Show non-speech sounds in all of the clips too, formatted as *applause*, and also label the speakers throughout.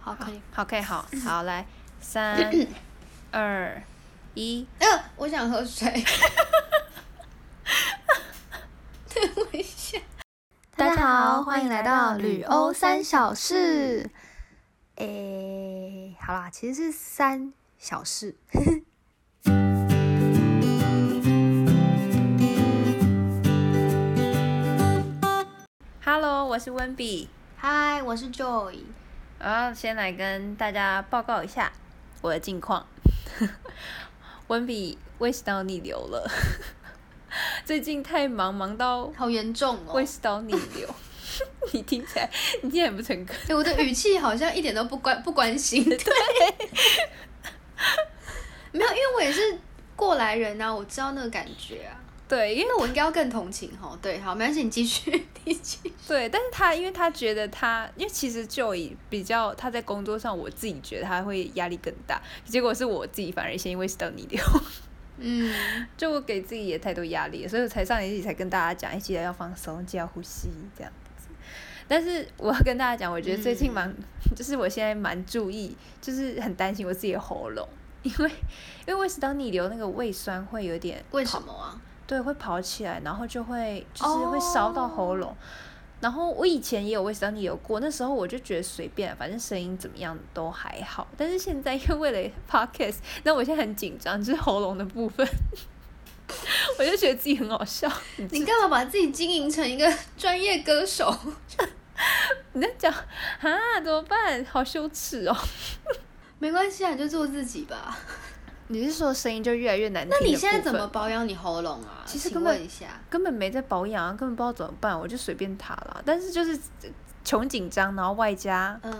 Speaker 1: 好，可以。
Speaker 2: 好，可以，好，好，来，三、二、一，
Speaker 3: 呃，我想喝水。 *laughs* 等我一下。
Speaker 1: 大家好，欢迎来到旅欧三小事。
Speaker 2: 诶，好啦，其实是三小事。Hello，我是温比。
Speaker 3: 嗨，我是 Joy。
Speaker 2: 我要先来跟大家报告一下我的近况。 *laughs* 温比胃食道逆流了， *laughs* 最近太忙，忙到
Speaker 3: 好严重哦！
Speaker 2: 胃食道逆流。 *laughs* 你听起来，你听起来很不诚恳。
Speaker 3: 哎、我的语气好像一点都不关不关 *laughs* 心。对，没有，因为我也是过来人啊，我知道那个感觉啊。
Speaker 2: 对，因为
Speaker 3: 那我应该要更同情哈。对，好，没关系，你继续， *laughs* 你继续。
Speaker 2: 对，但是他因为他觉得他，因为其实就以比较他在工作上，我自己觉得他会压力更大，结果是我自己反而先因为食道逆流，
Speaker 3: 嗯，
Speaker 2: *laughs* 就我给自己也太多压力了，所以我才上一集才跟大家讲，哎，记得要放松，记得要呼吸这样子。但是我要跟大家讲，我觉得最近蛮， *laughs* 就是我现在蛮注意，就是很担心我自己的喉咙，因为因为胃食道逆流那个胃酸会有点
Speaker 3: 为什么啊？
Speaker 2: 对，会跑起来，然后就会就是会烧到喉咙。然后我以前也有胃食道逆流过，那时候我就觉得随便，反正声音怎么样都还好。但是现在 *laughs* 因为为了 podcast，那我现在很紧张，就是喉咙的部分， *laughs* 我就觉得自己很好笑。你
Speaker 3: 你
Speaker 2: 知
Speaker 3: 干嘛把自己经营成一个 *laughs* 专业歌手？ *laughs*
Speaker 2: 你在讲啊？怎么办？好羞耻哦！
Speaker 3: 没关系啊，你就做自己
Speaker 2: *laughs*
Speaker 3: 吧。
Speaker 2: 你是说声音就越来越难听？
Speaker 3: 那你现在怎么？保养你喉咙啊？
Speaker 2: 其实
Speaker 3: 请
Speaker 2: 根本
Speaker 3: 问一下，
Speaker 2: 根本没在保养啊，根本不知道怎么办，我就随便他啦。但是就是穷紧张，然后外加
Speaker 3: 嗯，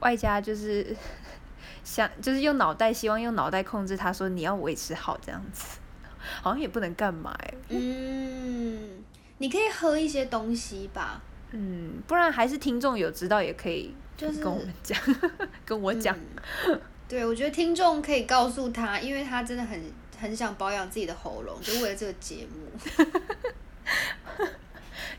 Speaker 2: 外加就是 *laughs* 想，就是用脑袋，希望用脑袋控制他说你要维持好这样子，好像也不能干嘛哎、
Speaker 3: 嗯，你可以喝一些东西吧。
Speaker 2: 嗯，不然还是听众有知道也可以
Speaker 3: 就是
Speaker 2: 跟我们讲， *laughs* 跟我讲，
Speaker 3: 嗯对，我觉得听众可以告诉他，因为他真的很很想保养自己的喉咙，就为了这个节目。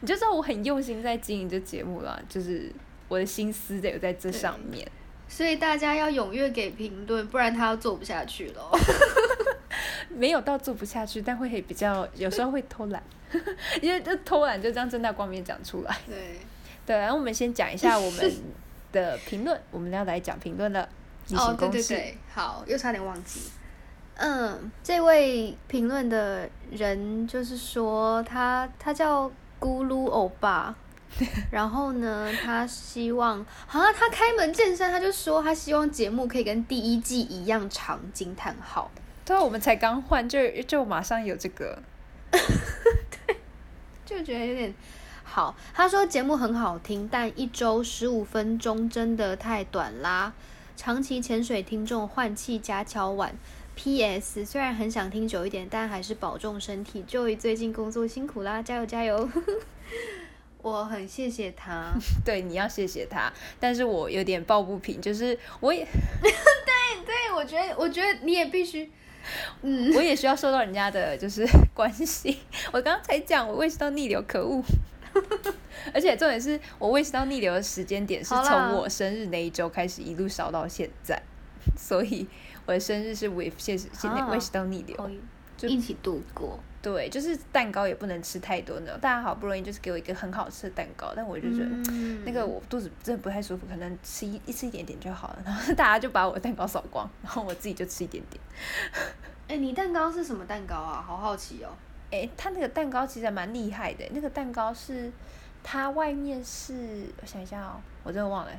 Speaker 2: 你就知道我很用心在经营这节目啦，就是我的心思得有在这上面。
Speaker 3: 所以大家要踊跃给评论，不然他要做不下去了。
Speaker 2: 没有到做不下去，但会比较有时候会偷懒， *laughs* 因为这偷懒就这样正大光明地讲出来。
Speaker 3: *laughs* 对，
Speaker 2: 对，然后我们先讲一下我
Speaker 3: *laughs*
Speaker 2: 们的评论，我们要来讲评论了。例
Speaker 3: 哦
Speaker 2: 行，
Speaker 3: 对
Speaker 2: 公
Speaker 3: 对
Speaker 2: 事
Speaker 3: 对，好，又差点忘记。嗯，这位评论的人就是说他他叫咕噜欧
Speaker 2: *laughs*
Speaker 3: 巴，然后呢，他希望啊，他开门见山，他就说他希望节目可以跟第一季一样长，惊叹号。
Speaker 2: 对啊，我们才刚换，就就马上有这个，
Speaker 3: 就觉得有点好。他说节目很好听，但一周十五分钟真的太短啦。长期潜水听众换气加敲碗。P.S. 虽然很想听久一点，但还是保重身体。Joy 最近工作辛苦啦，加油加油！ *laughs* 我很谢谢他，
Speaker 2: 对，你要谢谢他。但是我有点抱不平，就是我也 *laughs*
Speaker 3: 对我觉得，我觉得你也必须，
Speaker 2: 我也需要受到人家的就是关心。 *laughs* 我刚刚才讲我胃食道逆流，可恶。 *laughs* 而且重点是我胃食道逆流的时间点是
Speaker 3: 好啦
Speaker 2: 从我生日那一周开始一路烧到现在，所以我的生日是 with 现实现
Speaker 3: 啊
Speaker 2: 胃食道逆流。就
Speaker 3: 一起度过。
Speaker 2: 对，就是蛋糕也不能吃太多那种。大家好不容易就是给我一个很好吃的蛋糕，但我就觉得。
Speaker 3: 嗯
Speaker 2: 那个我肚子真的不太舒服，可能吃一一吃一点点就好了。然后大家就把我的蛋糕扫光，然后我自己就吃一点点。
Speaker 3: 哎、你蛋糕是什么蛋糕啊？好好奇哦。
Speaker 2: 诶，它那个蛋糕其实还蛮厉害的，那个蛋糕是它外面是，我想一下哦，我真的忘了，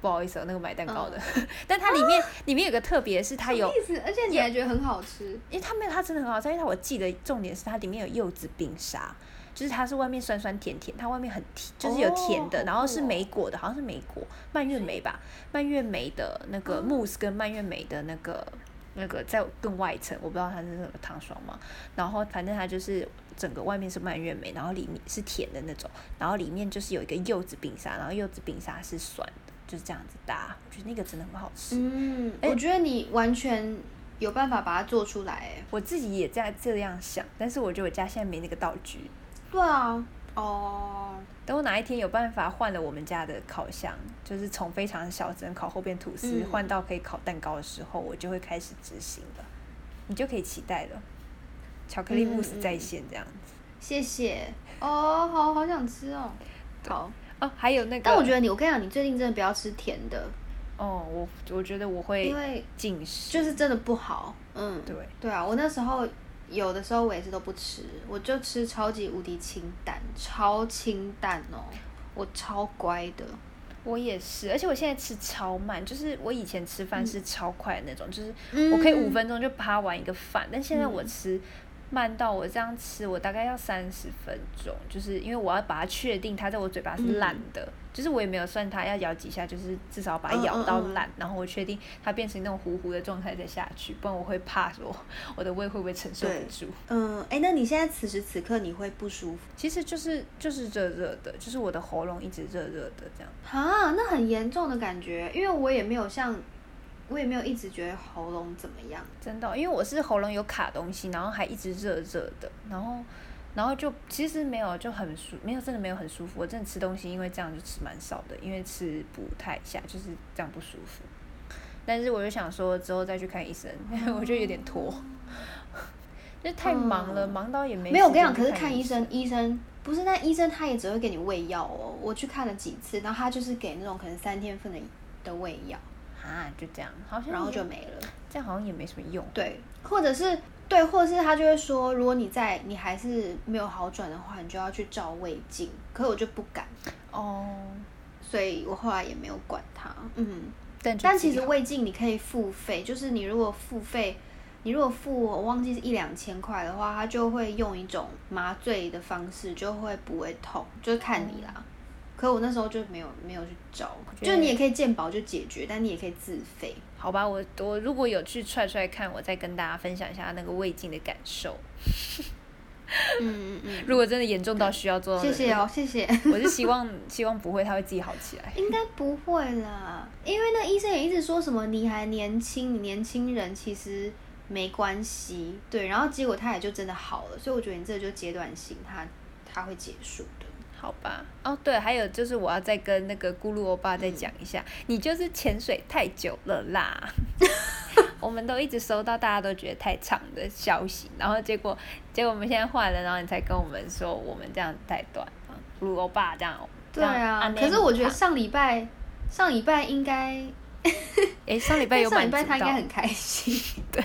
Speaker 2: 不好意思哦，那个买蛋糕的。 *laughs* 但它里面、里面有个特别是它有，
Speaker 3: 意思，而且你还觉得很好吃。
Speaker 2: 因为它没有它真的很好吃，因为它我记得重点是它里面有柚子冰沙。就是它是外面酸酸甜甜，它外面很甜，就是有甜的，
Speaker 3: 哦好
Speaker 2: 然后是
Speaker 3: 酷哦
Speaker 2: 莓果的，好像是莓果蔓越莓吧，蔓越莓的那个
Speaker 3: 哦
Speaker 2: mousse 跟蔓越莓的那个那个在更外层，我不知道它是什么糖霜嘛，然后反正它就是整个外面是蔓越莓，然后里面是甜的那种，然后里面就是有一个柚子冰沙，然后柚子冰沙是酸的，就是这样子搭，我觉得那个真的很好吃。
Speaker 3: 嗯，
Speaker 2: 哎
Speaker 3: 我觉得你完全有办法把它做出来，哎，
Speaker 2: 我自己也在这样想，但是我觉得我家现在没那个道具，
Speaker 3: 对啊，哦，
Speaker 2: 等我哪一天有办法换了我们家的烤箱，就是从非常小只能烤厚片吐司
Speaker 3: 嗯
Speaker 2: 换、到可以烤蛋糕的时候，我就会开始执行了，你就可以期待了。巧克力慕斯在线这样子、
Speaker 3: 谢谢哦，好好想吃哦。好，
Speaker 2: 哦，还有那个，
Speaker 3: 但我觉得你，我跟你讲，你最近真的不要吃甜的，
Speaker 2: 哦，我我觉得我会
Speaker 3: 因为
Speaker 2: 进食，
Speaker 3: 就是真的不好。嗯，
Speaker 2: 对
Speaker 3: 对啊，我那时候有的时候我也是都不吃，我就吃超级无敌清淡，超清淡哦，我超乖的。
Speaker 2: 我也是，而且我现在吃超慢，就是我以前吃饭是超快的那种，就是
Speaker 3: 嗯
Speaker 2: 我可以五分钟就趴完一个饭，但现在我
Speaker 3: 嗯
Speaker 2: 吃慢到我这样吃，我大概要三十分钟，就是因为我要把它确定它在我嘴巴是烂的，就是我也没有算它要咬几下，就是至少把它
Speaker 3: 嗯
Speaker 2: 咬
Speaker 3: 嗯
Speaker 2: 到
Speaker 3: 嗯
Speaker 2: 烂，然后我确定它变成那种糊糊的状态再下去，不然我会怕说 *laughs* 我的胃会不会承受
Speaker 3: 对
Speaker 2: 不住。
Speaker 3: 嗯，哎，那你现在此时此刻你会不舒服？
Speaker 2: 其实就是就是热热的，就是我的喉咙一直热热的这样。
Speaker 3: 啊，那很严重的感觉，因为我也没有像，我也没有一直觉得喉咙怎么样。
Speaker 2: 真的哦，因为我是喉咙有卡东西，然后还一直热热的，然后，然后就其实没有就很舒，没有真的没有很舒服。我真的吃东西，因为这样就吃蛮少的，因为吃不太下，就是这样不舒服。但是我就想说之后再去看医生，我就有点拖， *laughs* 就太忙了，
Speaker 3: 嗯
Speaker 2: 忙到也没
Speaker 3: 没有，我
Speaker 2: 时
Speaker 3: 跟你
Speaker 2: 间
Speaker 3: 讲，可
Speaker 2: 去
Speaker 3: 是看医
Speaker 2: 医
Speaker 3: 生，医生不是那医生他也只会给你喂药哦。我去看了几次，然后他就是给那种可能三天份的的喂药，
Speaker 2: 啊，就这样，好像
Speaker 3: 然后
Speaker 2: 也
Speaker 3: 就没了。
Speaker 2: 这样好像也没什么用。
Speaker 3: 对，或者是对，或者是他就会说，如果你在你还是没有好转的话，你就要去照胃镜。可是我就不敢，
Speaker 2: 哦，
Speaker 3: 所以我后来也没有管他。嗯，
Speaker 2: 但就
Speaker 3: 但
Speaker 2: 自己
Speaker 3: 其实
Speaker 2: 好
Speaker 3: 胃镜你可以付费，就是你如果付费，你如果付我忘记是一两千块的话，他就会用一种麻醉的方式，就会不会痛，就是看你啦。可我那时候就没有没有去找，
Speaker 2: 哦觉得
Speaker 3: 就你也可以健保就解决，但你也可以自
Speaker 2: *laughs*
Speaker 3: 费。
Speaker 2: 好吧，我我如果有去踹踹看，我再跟大家分享一下那个胃镜的感受。
Speaker 3: 嗯嗯
Speaker 2: 如果真的严重到需要做
Speaker 3: 嗯，
Speaker 2: 到，
Speaker 3: 谢谢哦，。谢谢。
Speaker 2: 我是希望 *laughs* 希望不会，他会自己好起来。
Speaker 3: 应该不会啦，因为那医生也一直说什么你还年轻，你年轻人其实没关系，对，然后结果他也就真的好了，所以我觉得你这个就阶段性，他他会结束的。
Speaker 2: 好吧，哦对，还有就是我要再跟那个咕噜欧巴再讲一下，你就是潜水太久了
Speaker 3: *laughs*
Speaker 2: 啦。我们都一直收到大家都觉得太长的消息，然后结果结果我们现在换了，然后你才跟我们说我们这样太短了，咕噜欧巴这样。
Speaker 3: 对啊，可是我觉得上礼拜上礼拜应该，
Speaker 2: 哎、诶上礼拜有
Speaker 3: 上礼
Speaker 2: 满
Speaker 3: 拜
Speaker 2: 足
Speaker 3: 他应该
Speaker 2: 到
Speaker 3: 很，开心， *laughs* 对，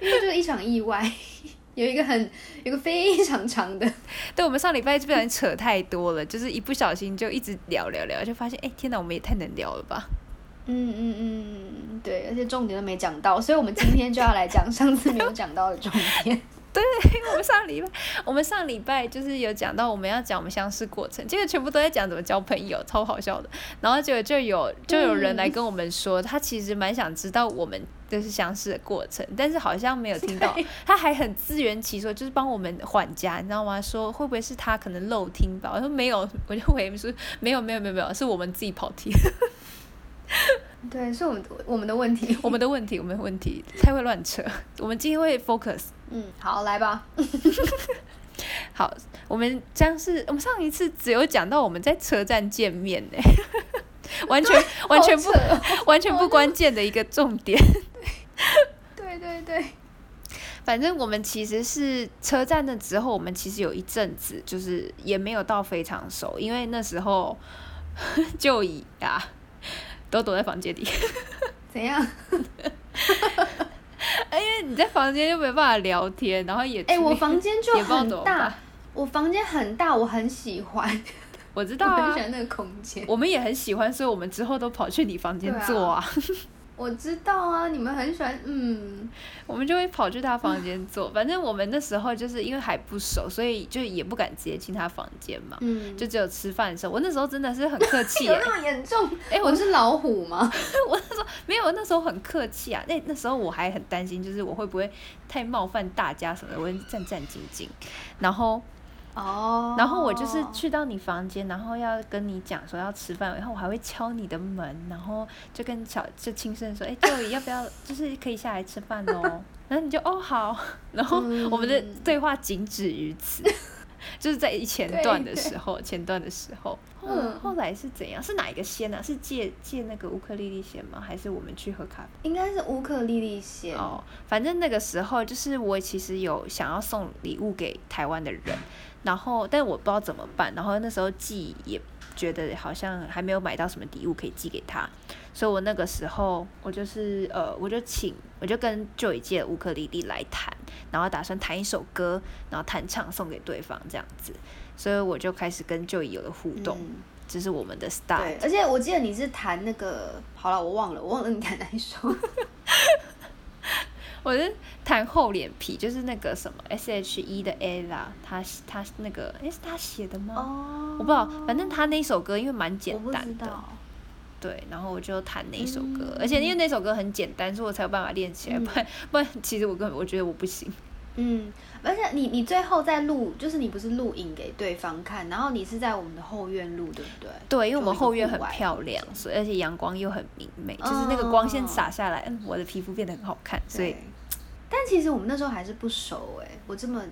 Speaker 3: 因为就是一场意外， *laughs* 有一个很有一个非常长的，
Speaker 2: 对我们上礼拜不小心扯太多了，就是一不小心就一直聊聊聊，就发现哎、诶天哪，我们也太能聊了吧。 *laughs*
Speaker 3: 嗯嗯嗯嗯，对，而且重点都没讲到，所以我们今天就要来讲上次没有讲到的重点。
Speaker 2: 我们上礼拜，我们上礼拜就是有讲到我们要讲我们相识过程，结果全部都在讲怎么交朋友，超好笑的。然后结果就有就有人来跟我们说，他其实蛮想知道我们就是相识的过程，但是好像没有听到，他还很自圆其说，就是帮我们缓夹，你知道吗？说会不会是他可能漏听吧？我说没有，我就回说没有没有没有没有，是我们自己跑题，
Speaker 3: 对，是我们我们的问题。
Speaker 2: *laughs* 我们的问题，我们的问题太会乱扯， *laughs* 我们今天会 focus。
Speaker 3: 嗯，好，来 *laughs* 吧。
Speaker 2: 好，我们将是我们上一次只有讲到我们在车站见面呢、 *laughs* 完全完全不、
Speaker 3: 好扯哦
Speaker 2: 完全不关键的一个重点。
Speaker 3: *laughs* 对对对，
Speaker 2: 反正我们其实是车站的之后，我们其实有一阵子就是也没有到非常熟，因为那时候 *laughs* 就已啊都躲在房 *laughs* 间里，
Speaker 3: 怎样？
Speaker 2: 因为你在房间就没办法聊天，然后也
Speaker 3: 哎、
Speaker 2: 出
Speaker 3: 我
Speaker 2: 力
Speaker 3: 房间就
Speaker 2: *laughs* 也不知道
Speaker 3: 很
Speaker 2: 怎么
Speaker 3: 大
Speaker 2: 办，
Speaker 3: 我房间很大，我很喜
Speaker 2: *laughs*
Speaker 3: 欢，
Speaker 2: 我知
Speaker 3: 我
Speaker 2: 道
Speaker 3: 很
Speaker 2: 啊
Speaker 3: 喜，欢那个空间。
Speaker 2: 我们也很喜欢，所以我们之后都跑去你房间
Speaker 3: 对啊
Speaker 2: 坐啊。
Speaker 3: 我知道啊，你们很喜欢，嗯，
Speaker 2: 我们就会跑去他房间坐。反正我们那时候就是因为还不熟，所以就也不敢直接进他房间嘛，
Speaker 3: 嗯
Speaker 2: 就只有吃饭的时候。我那时候真的是很客气、
Speaker 3: 有 *laughs*
Speaker 2: 欸，
Speaker 3: 那么严重？
Speaker 2: 哎我
Speaker 3: 我是老虎吗？
Speaker 2: *laughs* 我那时候没有，我那时候很客气啊。那那时候我还很担心，就是我会不会太冒犯大家什么的，我战战兢兢。然后，
Speaker 3: 哦，
Speaker 2: 然后我就是去到你房间，然后要跟你讲说要吃饭，然后我还会敲你的门，然后就跟小就轻
Speaker 3: *laughs*
Speaker 2: 声说：“哎、欸，周要不要就是可以下来吃饭哦？”然后你就哦好，然后
Speaker 3: 嗯
Speaker 2: 我们的对话仅止于此。 *laughs* 就是在一前段的时候，前段的时候，后、
Speaker 3: 嗯
Speaker 2: 后来是怎样？是哪一个先呢、啊？是借借那个乌克丽丽先吗？还是我们去喝咖啡？
Speaker 3: 应该是乌克丽丽先。
Speaker 2: 哦，反正那个时候就是我其实有想要送礼物给台湾的人，然后但我不知道怎么办，然后那时候寄也觉得好像还没有买到什么礼物可以寄给他，所以我那个时候我就是呃，我就请我就跟 Joy 借乌克丽丽来弹，然后打算弹一首歌，然后弹唱送给对方这样子，所以我就开始跟 Joy 有了互动，
Speaker 3: 嗯
Speaker 2: 这是我们的 start。
Speaker 3: 对，而且我记得你是弹那个，好了，我忘了，我忘了你弹哪一首。
Speaker 2: 我是弹厚脸皮，就是那个什么 S H E 的 Ella，她她那个诶是她写的吗？
Speaker 3: 哦 *laughs*
Speaker 2: 我不知道，反正她那首歌因为蛮简
Speaker 3: 我不知
Speaker 2: 单的，
Speaker 3: 道。
Speaker 2: 对，然后我就弹那首歌，
Speaker 3: 嗯
Speaker 2: 而且因为那首歌很简单，所以我才有办法练起来，
Speaker 3: 嗯
Speaker 2: 不然不然其实我根本我觉得我不行。
Speaker 3: 嗯，而且你你最后在录，就是你不是录影给对方看，然后你是在我们的后院录，对不对？
Speaker 2: 对，因为我们
Speaker 3: 就一个
Speaker 2: 后院很
Speaker 3: 户外
Speaker 2: 漂亮，所以而且阳光又很明媚，就是那个光线
Speaker 3: 哦
Speaker 2: 洒下来，嗯，我的皮肤变得很好看，所以
Speaker 3: 对。但其实我们那时候还是不熟哎、我这么，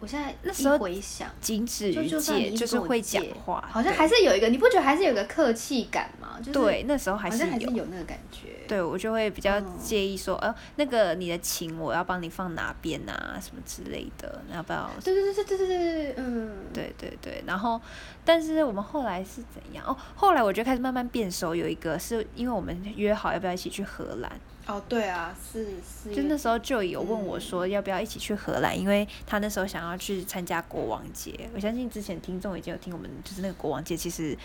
Speaker 3: 我现在
Speaker 2: 那
Speaker 3: 一
Speaker 2: 时候
Speaker 3: 回想，
Speaker 2: 仅止
Speaker 3: 就
Speaker 2: 于
Speaker 3: 就算
Speaker 2: 借，
Speaker 3: 你一直
Speaker 2: 就是
Speaker 3: 跟我
Speaker 2: 会讲
Speaker 3: 借
Speaker 2: 话，
Speaker 3: 好像
Speaker 2: 对
Speaker 3: 还是有一个，你不觉得还是有一个客气感吗？就是
Speaker 2: 对，，那时候还
Speaker 3: 好
Speaker 2: 是
Speaker 3: 像还是
Speaker 2: 有。
Speaker 3: 有那个感觉。
Speaker 2: 对我就会比较
Speaker 3: 嗯
Speaker 2: 介意说，呃，那个你的琴我要帮你放哪边啊，什么之类的，要不要？
Speaker 3: 对对对对对对对对，嗯，
Speaker 2: 对对对，然后，但是我们后来是怎样？哦，后来我就开始慢慢变熟。有一个是因为我们约好要不要一起去荷兰，
Speaker 3: 哦对啊，是是，
Speaker 2: 就那时候就有问我
Speaker 3: 嗯
Speaker 2: 说要不要一起去荷兰，因为他那时候想要去参加国王节。我相信之前听众已经有听我们就是那个国王节其实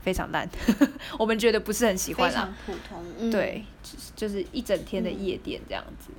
Speaker 2: 非常烂， *laughs* 我们觉得不是很喜
Speaker 3: 非
Speaker 2: 欢啦
Speaker 3: 常。普通，嗯，
Speaker 2: 对，就是就是一整天的
Speaker 3: 嗯
Speaker 2: 夜店这样子。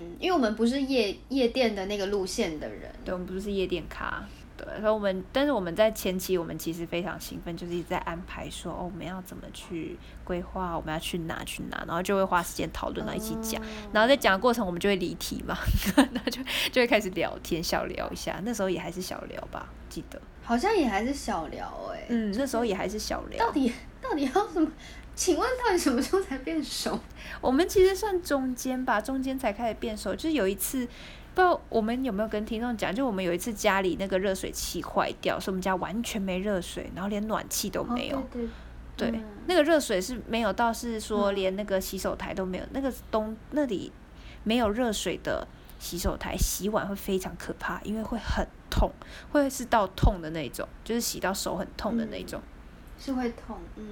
Speaker 3: 嗯，因为我们不是夜夜店的那个路线的人，
Speaker 2: 对，我们不是夜店咖。对，然后我们，但是我们在前期，我们其实非常兴奋，就是一直在安排说，哦，我们要怎么去规划，我们要去哪去哪，然后就会花时间讨论，然后一起
Speaker 3: 哦
Speaker 2: 讲，然后在讲的过程，我们就会离题嘛， *laughs* 然后就就会开始聊天，小聊一下。那时候也还是小聊吧，记得，
Speaker 3: 好像也还是小聊哎、
Speaker 2: 嗯，那时候也还是小聊。
Speaker 3: 到底 *laughs* 到底要什么？请问到底什么时候才变熟？
Speaker 2: 我们其实算中间吧，中间才开始变熟。就是有一次，不知道我们有没有跟听众讲，就我们有一次家里那个热水器坏掉，所以我们家完全没热水，然后连暖气都没有。
Speaker 3: 哦、对对
Speaker 2: 对，
Speaker 3: 嗯
Speaker 2: 那个热水是没有到是说
Speaker 3: 嗯
Speaker 2: 连那个洗手台都没有，那个东那里没有热水的洗手台，洗碗会非常可怕，因为会很痛，会是到痛的那种，就是洗到手很痛的那
Speaker 3: 嗯
Speaker 2: 种。
Speaker 3: 是会痛，嗯，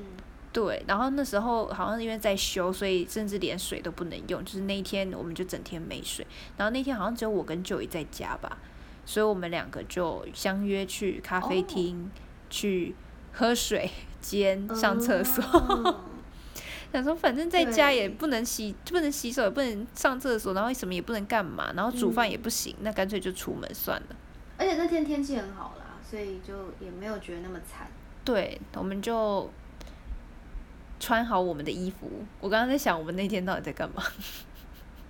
Speaker 2: 对，然后那时候好像因为在修，所以甚至连水都不能用。就是那一天，我们就整天没水。然后那天好像只有我跟 Joey 在家吧，所以我们两个就相约去咖啡
Speaker 3: 哦
Speaker 2: 厅、去喝水 *laughs* 兼上厕所。 *laughs*
Speaker 3: 哦
Speaker 2: 想说反正在家也
Speaker 3: 对
Speaker 2: 不能洗，不能洗手，也不能上厕所，然后什么也不能干嘛，然后煮饭也不行，那干脆就出门算了。
Speaker 3: 而且那天天气很好啦，所以就也没有觉得那么惨。
Speaker 2: 对，我们就穿好我们的衣服。我刚刚在想，我们那天到底在干嘛？ *laughs*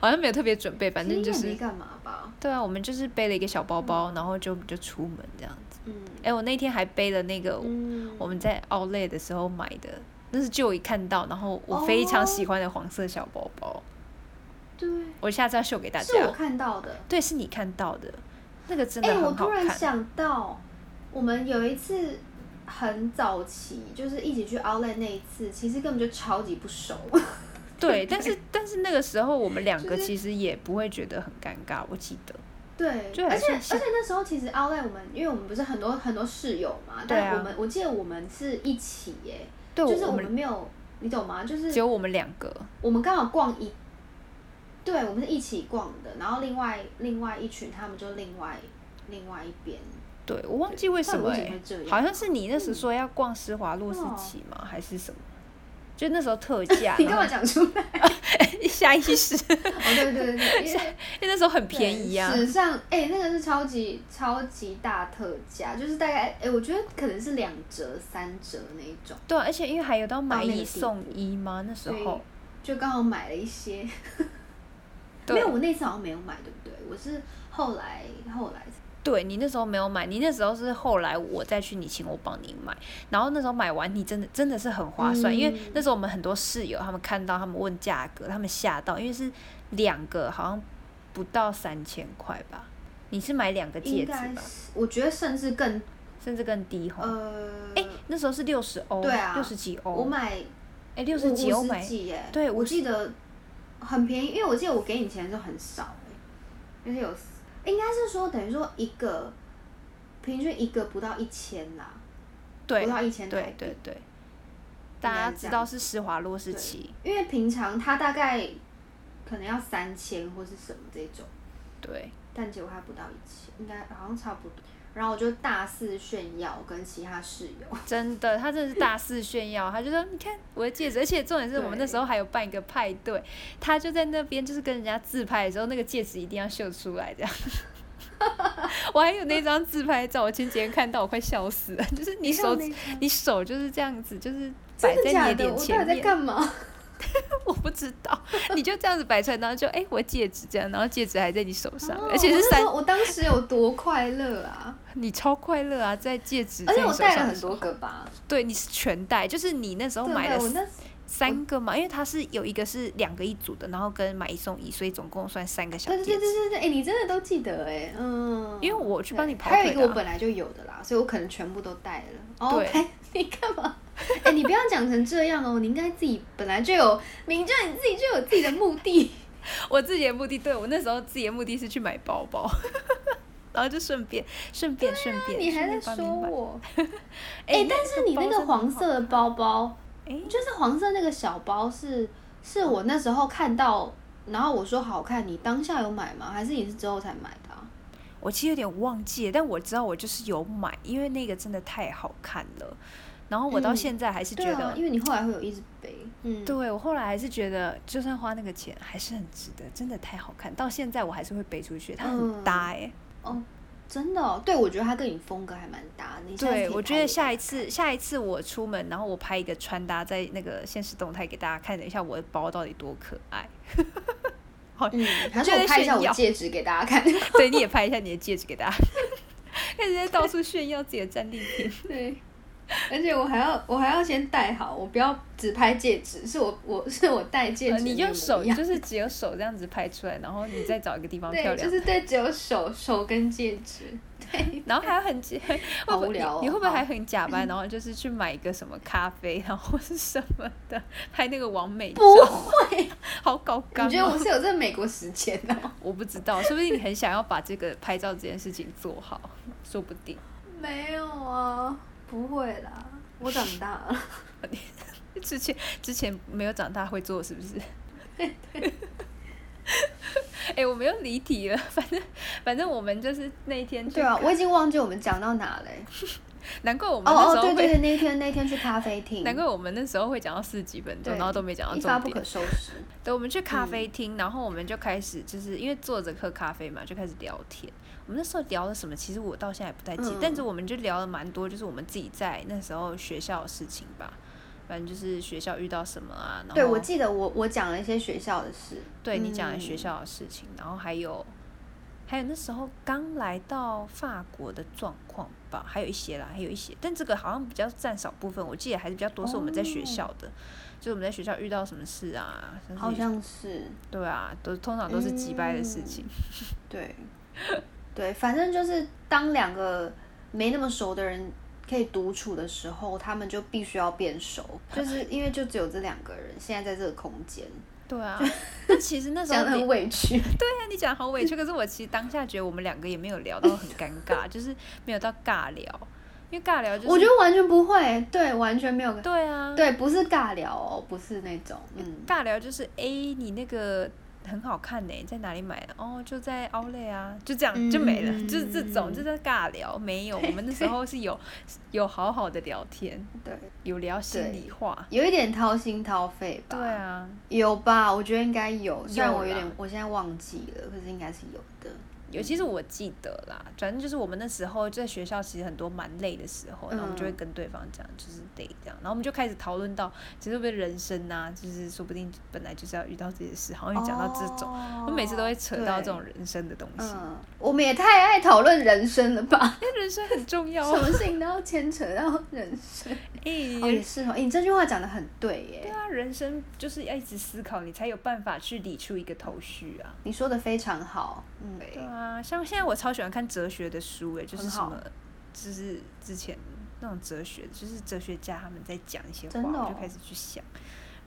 Speaker 2: 好像没有特别准备，反正就
Speaker 3: 其实也没
Speaker 2: 是
Speaker 3: 干嘛吧，
Speaker 2: 对啊，我们就是背了一个小包包，然后就就出门这样子。
Speaker 3: 嗯
Speaker 2: 哎、我那天还背了那个
Speaker 3: 嗯，
Speaker 2: 我们在奥莱的时候买的，那是就一看到，然后我非常
Speaker 3: 哦
Speaker 2: 喜欢的黄色小包包。
Speaker 3: 对，
Speaker 2: 我下次要秀给大
Speaker 3: 是我
Speaker 2: 家。
Speaker 3: 看到的。
Speaker 2: 对，是你看到的，那个真
Speaker 3: 哎、
Speaker 2: 的
Speaker 3: 我
Speaker 2: 很好
Speaker 3: 突然
Speaker 2: 看。
Speaker 3: 想到，我们有一次很早期，就是一起去 Outlet 那一次，其实根本就超级不熟。 *laughs*
Speaker 2: 对，但是但是那个时候我们两
Speaker 3: 就
Speaker 2: 个
Speaker 3: 是
Speaker 2: 其实也不会觉得很尴尬，我记得。
Speaker 3: 对，
Speaker 2: 就还
Speaker 3: 而且
Speaker 2: 算
Speaker 3: 而
Speaker 2: 是
Speaker 3: 且那时候其实 Outlet 我们，因为我们不是很多很多室友嘛，
Speaker 2: 对啊
Speaker 3: 但我们我记得我们是一起耶、
Speaker 2: 对，
Speaker 3: 就是
Speaker 2: 我
Speaker 3: 我
Speaker 2: 们
Speaker 3: 们没有，你懂吗？就是
Speaker 2: 只有我们两个。
Speaker 3: 我们刚好逛一，对，我们是一起逛的，然后另外另外一群他们就另外另外一边，
Speaker 2: 对，我忘记为什么
Speaker 3: 但我为什
Speaker 2: 哎
Speaker 3: 么会这、嗯样
Speaker 2: 好像是你那时说要逛施华洛世奇吗？还是什么？就那时候特
Speaker 3: *laughs*
Speaker 2: 价，
Speaker 3: 你干嘛
Speaker 2: 啊然后
Speaker 3: 讲出来？
Speaker 2: *laughs* 下意识， *laughs* 因
Speaker 3: 哦，对对对对，因为
Speaker 2: 为那时候很便宜啊
Speaker 3: 对。史上哎、那个是超级超级大特价，就是大概哎、我觉得可能是两折三折那一种，
Speaker 2: 对啊，而且因为还有到买
Speaker 3: 到那个
Speaker 2: 一
Speaker 3: 地
Speaker 2: 送一吗？那时
Speaker 3: 所以
Speaker 2: 候，
Speaker 3: 就刚好买了一些。
Speaker 2: 对
Speaker 3: 没有，我那次好像没有买，对不对？我是后来后来
Speaker 2: 对你那时候没有买，你那时候是后来我再去你请我帮你买，然后那时候买完你真的真的是很划算，
Speaker 3: 嗯
Speaker 2: 因为那时候我们很多室友他们看到他们问价格，他们吓到，因为是两个好像不到三千块吧，你是买两个戒
Speaker 3: 应
Speaker 2: 指
Speaker 3: 该
Speaker 2: 吧，
Speaker 3: 是，我觉得甚至更
Speaker 2: 甚至更低吼。
Speaker 3: 呃，
Speaker 2: 哎、那时候是六十欧，
Speaker 3: 对啊
Speaker 2: 六十几
Speaker 3: 我
Speaker 2: 欧，
Speaker 3: 买
Speaker 2: 哎，哦六
Speaker 3: 五
Speaker 2: 十几欧
Speaker 3: 五
Speaker 2: 买
Speaker 3: 十几耶，
Speaker 2: 对
Speaker 3: 我
Speaker 2: 五十
Speaker 3: 记得很便宜，因为我记得我给你钱的时候很少哎，而且有应该是说等于说一个平均一个不到一千啦，
Speaker 2: 对
Speaker 3: 不到一千台
Speaker 2: 对
Speaker 3: 币
Speaker 2: 对对，
Speaker 3: 该
Speaker 2: 大家
Speaker 3: 是这
Speaker 2: 知
Speaker 3: 样
Speaker 2: 道是施华洛世
Speaker 3: 对
Speaker 2: 奇，
Speaker 3: 因为平常它大概可能要三千或是什么这种，
Speaker 2: 对，
Speaker 3: 但结果它不到一千，应该好像差不多。然后我就大肆炫耀，跟其他室友，
Speaker 2: 真的，他真的是大肆炫耀，他就说你看我的戒指，而且重点是我们那时候还有办一个派对，他就在那边就是跟人家自拍的时候，那个戒指一定要秀出来这样。 *laughs* 我还有那张自拍照，我前几天看到，我快笑死了。就是你手，
Speaker 3: 那个
Speaker 2: 你手就是这样子，就是摆
Speaker 3: 真的
Speaker 2: 在
Speaker 3: 假
Speaker 2: 你
Speaker 3: 的？
Speaker 2: 脸
Speaker 3: 我
Speaker 2: 前
Speaker 3: 到底在
Speaker 2: 面。
Speaker 3: 干嘛？
Speaker 2: 我不知道， *laughs* 你就这样子摆出来，然后就哎、我戒指这样，然后戒指还在你手上，
Speaker 3: 哦
Speaker 2: 而且是
Speaker 3: 我那时
Speaker 2: 三
Speaker 3: 候，我当时有多快乐啊！
Speaker 2: 你超快乐啊，在戒指在
Speaker 3: 而且
Speaker 2: *laughs* 你手
Speaker 3: 我
Speaker 2: 上
Speaker 3: 戴了
Speaker 2: 的
Speaker 3: 很
Speaker 2: 时
Speaker 3: 多
Speaker 2: 候，
Speaker 3: 个吧，
Speaker 2: 对，你是全戴，就是你那时候
Speaker 3: 对
Speaker 2: 买
Speaker 3: 对，
Speaker 2: 了
Speaker 3: 我那
Speaker 2: 三个嘛，因为它是有一个是两个一组的，然后跟买一送一，所以总共算三个小
Speaker 3: 对对
Speaker 2: 戒
Speaker 3: 对对
Speaker 2: 指。
Speaker 3: 对对，哎、你真的都记得哎、嗯，
Speaker 2: 因为我去帮你
Speaker 3: 对
Speaker 2: 跑
Speaker 3: 还有
Speaker 2: 腿
Speaker 3: 一个
Speaker 2: 的
Speaker 3: 我
Speaker 2: 啊
Speaker 3: 本来就有的啦，所以我可能全部都带了。哦、
Speaker 2: 对
Speaker 3: OK，你 *laughs* 干嘛？哎、你不要讲成这样哦，你应该自己本来就有，明知道你自己就有自己的目的。
Speaker 2: *laughs* 我自己的目的，对我那时候自己的目的是去买包包，然后就顺便顺便顺
Speaker 3: *laughs*
Speaker 2: 便，
Speaker 3: 你还在
Speaker 2: 顺便帮
Speaker 3: 说
Speaker 2: 买。
Speaker 3: 我？
Speaker 2: 哎、
Speaker 3: 哎、但是你那个黄色的包包，
Speaker 2: 哎
Speaker 3: 就是黄色那个小包是，是我那时候看到，然后我说好看，你当下有买吗？还是你是之后才买的、啊？
Speaker 2: 我其实有点忘记了，但我知道我就是有买，因为那个真的太好看了。然后我到
Speaker 3: 嗯
Speaker 2: 现在还是觉
Speaker 3: 对
Speaker 2: 得，
Speaker 3: 啊，因为你后来会有一直背，嗯，
Speaker 2: 对我后来还是觉得，就算花那个钱还是很值得，真的太好看。到现在我还是会背出去，它很
Speaker 3: 嗯
Speaker 2: 搭哎、
Speaker 3: 真的、哦，对我觉得它跟你风格还蛮搭的。你下次可以
Speaker 2: 对，我觉得
Speaker 3: 拍
Speaker 2: 下
Speaker 3: 给
Speaker 2: 一次下一次我出门，然后我拍一个穿搭在那个现实动态给大家看一下我的包到底多可爱。
Speaker 3: 嗯，还是
Speaker 2: 就在
Speaker 3: 我拍一下
Speaker 2: 炫耀
Speaker 3: 我戒指给大家
Speaker 2: *laughs*
Speaker 3: 看。
Speaker 2: 对，你也拍一下你的戒指给大家看， *laughs* 开始在到处炫耀自己的战
Speaker 3: *laughs*
Speaker 2: 利品。
Speaker 3: 对，而且我还要我还要先戴好，我不要只拍戒指，是我我是我戴戒指、
Speaker 2: 呃你用手就是只有手这样子拍出来，然后你再找一个地方漂
Speaker 3: *laughs* 对，
Speaker 2: 亮，
Speaker 3: 就是对只有手手跟戒指。对，
Speaker 2: 然后还
Speaker 3: *laughs*
Speaker 2: 很假，
Speaker 3: 好
Speaker 2: 会不
Speaker 3: 无聊哦
Speaker 2: 你你会不会
Speaker 3: 好
Speaker 2: 还很假扮？然后就是去买一个什么咖啡，然后是什么的，拍那个完美
Speaker 3: 不
Speaker 2: 照，
Speaker 3: 会，
Speaker 2: 好搞纲、哦。
Speaker 3: 你觉得我是有这美国时间哦的
Speaker 2: *laughs*
Speaker 3: 吗？
Speaker 2: 我不知道，说不定你很想要把这个拍照这件事情做好，说不定。
Speaker 3: 没有啊，不会啦，我长大了。
Speaker 2: *laughs* 之前之前没有长大会做是
Speaker 3: *laughs*
Speaker 2: 不是？ *laughs* 哎、我没有离题了，反正反正我们就是那一天
Speaker 3: *laughs*
Speaker 2: 去，*laughs*
Speaker 3: 对啊，我已经忘记我们讲到哪了欸、
Speaker 2: 难怪我们那
Speaker 3: 哦
Speaker 2: 时
Speaker 3: 哦，
Speaker 2: 候会，
Speaker 3: 对对对，那天那天去咖啡厅，
Speaker 2: 难怪我们那时候会讲到四十几分钟，
Speaker 3: 对
Speaker 2: 然后都没讲
Speaker 3: 一
Speaker 2: 到
Speaker 3: 发不
Speaker 2: 重
Speaker 3: 可嗯
Speaker 2: 点。
Speaker 3: 收
Speaker 2: *laughs*
Speaker 3: 拾。
Speaker 2: 对，我们去咖啡厅，然后我们就开始就是因为坐着喝咖啡嘛，就开始聊天。我们那时候聊了什么，其实我到现在也不太记得，
Speaker 3: 嗯
Speaker 2: 但是我们就聊了蛮多，就是我们自己在那时候学校的事情吧。反正就是学校遇到什么啊，然后
Speaker 3: 对，我记得我我讲了一些学校的事，
Speaker 2: 对你讲的
Speaker 3: 嗯
Speaker 2: 学校的事情，然后还有还有那时候刚来到法国的状况吧，还有一些啦，还有一些，但这个好像比较占少部分，我记得还是比较多是我们在学
Speaker 3: 哦
Speaker 2: 校的，就是我们在学校遇到什么事啊，甚
Speaker 3: 好
Speaker 2: 至
Speaker 3: 像是
Speaker 2: 对啊，都通常都是击败的事情，
Speaker 3: 嗯对对，反正就是当两个没那么熟的人可以独处的时候，他们就必须要变熟，就是因为就只有这两个人现在在这个空间，
Speaker 2: 对啊。那其实那时候
Speaker 3: 讲的很
Speaker 2: 你
Speaker 3: 委屈。
Speaker 2: 对啊，你讲好委屈，可是我其实当下觉得我们两个也没有聊到很尴尬，就是没有到尬聊，因为尬聊就是
Speaker 3: 我觉得完全不会，对，完全没有，
Speaker 2: 对啊，
Speaker 3: 对，不是尬聊哦，不是那种，嗯，
Speaker 2: 尬聊就是，哎、你那个很好看呢、在哪里买的？哦，就在 Outlet 啊，就这样
Speaker 3: 嗯
Speaker 2: 就没了，
Speaker 3: 嗯
Speaker 2: 就是这种
Speaker 3: 嗯
Speaker 2: 就在尬聊，
Speaker 3: *laughs*
Speaker 2: 没有。我们那时候是有有好好的聊天，
Speaker 3: 对，
Speaker 2: 有聊心里话。
Speaker 3: 有一点掏心掏肺吧，
Speaker 2: 对，啊，
Speaker 3: 有吧？我觉得应该有，虽然
Speaker 2: 有
Speaker 3: 我有
Speaker 2: 啦
Speaker 3: 点，我现在忘记了，可是应该是有的。
Speaker 2: 尤其是我记得啦，反正就是我们那时候在学校，其实很多蛮累的时候，然后我们就会
Speaker 3: 嗯
Speaker 2: 跟对方讲，就是得这样，然后我们就开始讨论到，其实会不会人生啊，就是说不定本来就是要遇到这些事，好像讲到这种，
Speaker 3: 哦
Speaker 2: 我每次都会扯到
Speaker 3: 对
Speaker 2: 这种人生的东西，
Speaker 3: 嗯，我们也太爱讨论人生了
Speaker 2: *laughs*
Speaker 3: 吧？
Speaker 2: 因为人生很重要
Speaker 3: 什 *laughs*
Speaker 2: 啊。
Speaker 3: 么事情都要牵扯到人生。
Speaker 2: 哎、 *laughs*
Speaker 3: 哦哦，也是哦，诶你这句话讲的很对耶。
Speaker 2: 对啊，人生就是要一直思考，你才有办法去理出一个头绪啊。
Speaker 3: 你说的非常好，嗯，
Speaker 2: 对啊，像现在我超喜欢看哲学的书诶，就是
Speaker 3: 很
Speaker 2: 什
Speaker 3: 好
Speaker 2: 么，就是之前那种哲学，就是哲学家他们在讲一些话，
Speaker 3: 真的
Speaker 2: 我
Speaker 3: 哦
Speaker 2: 就开始去想，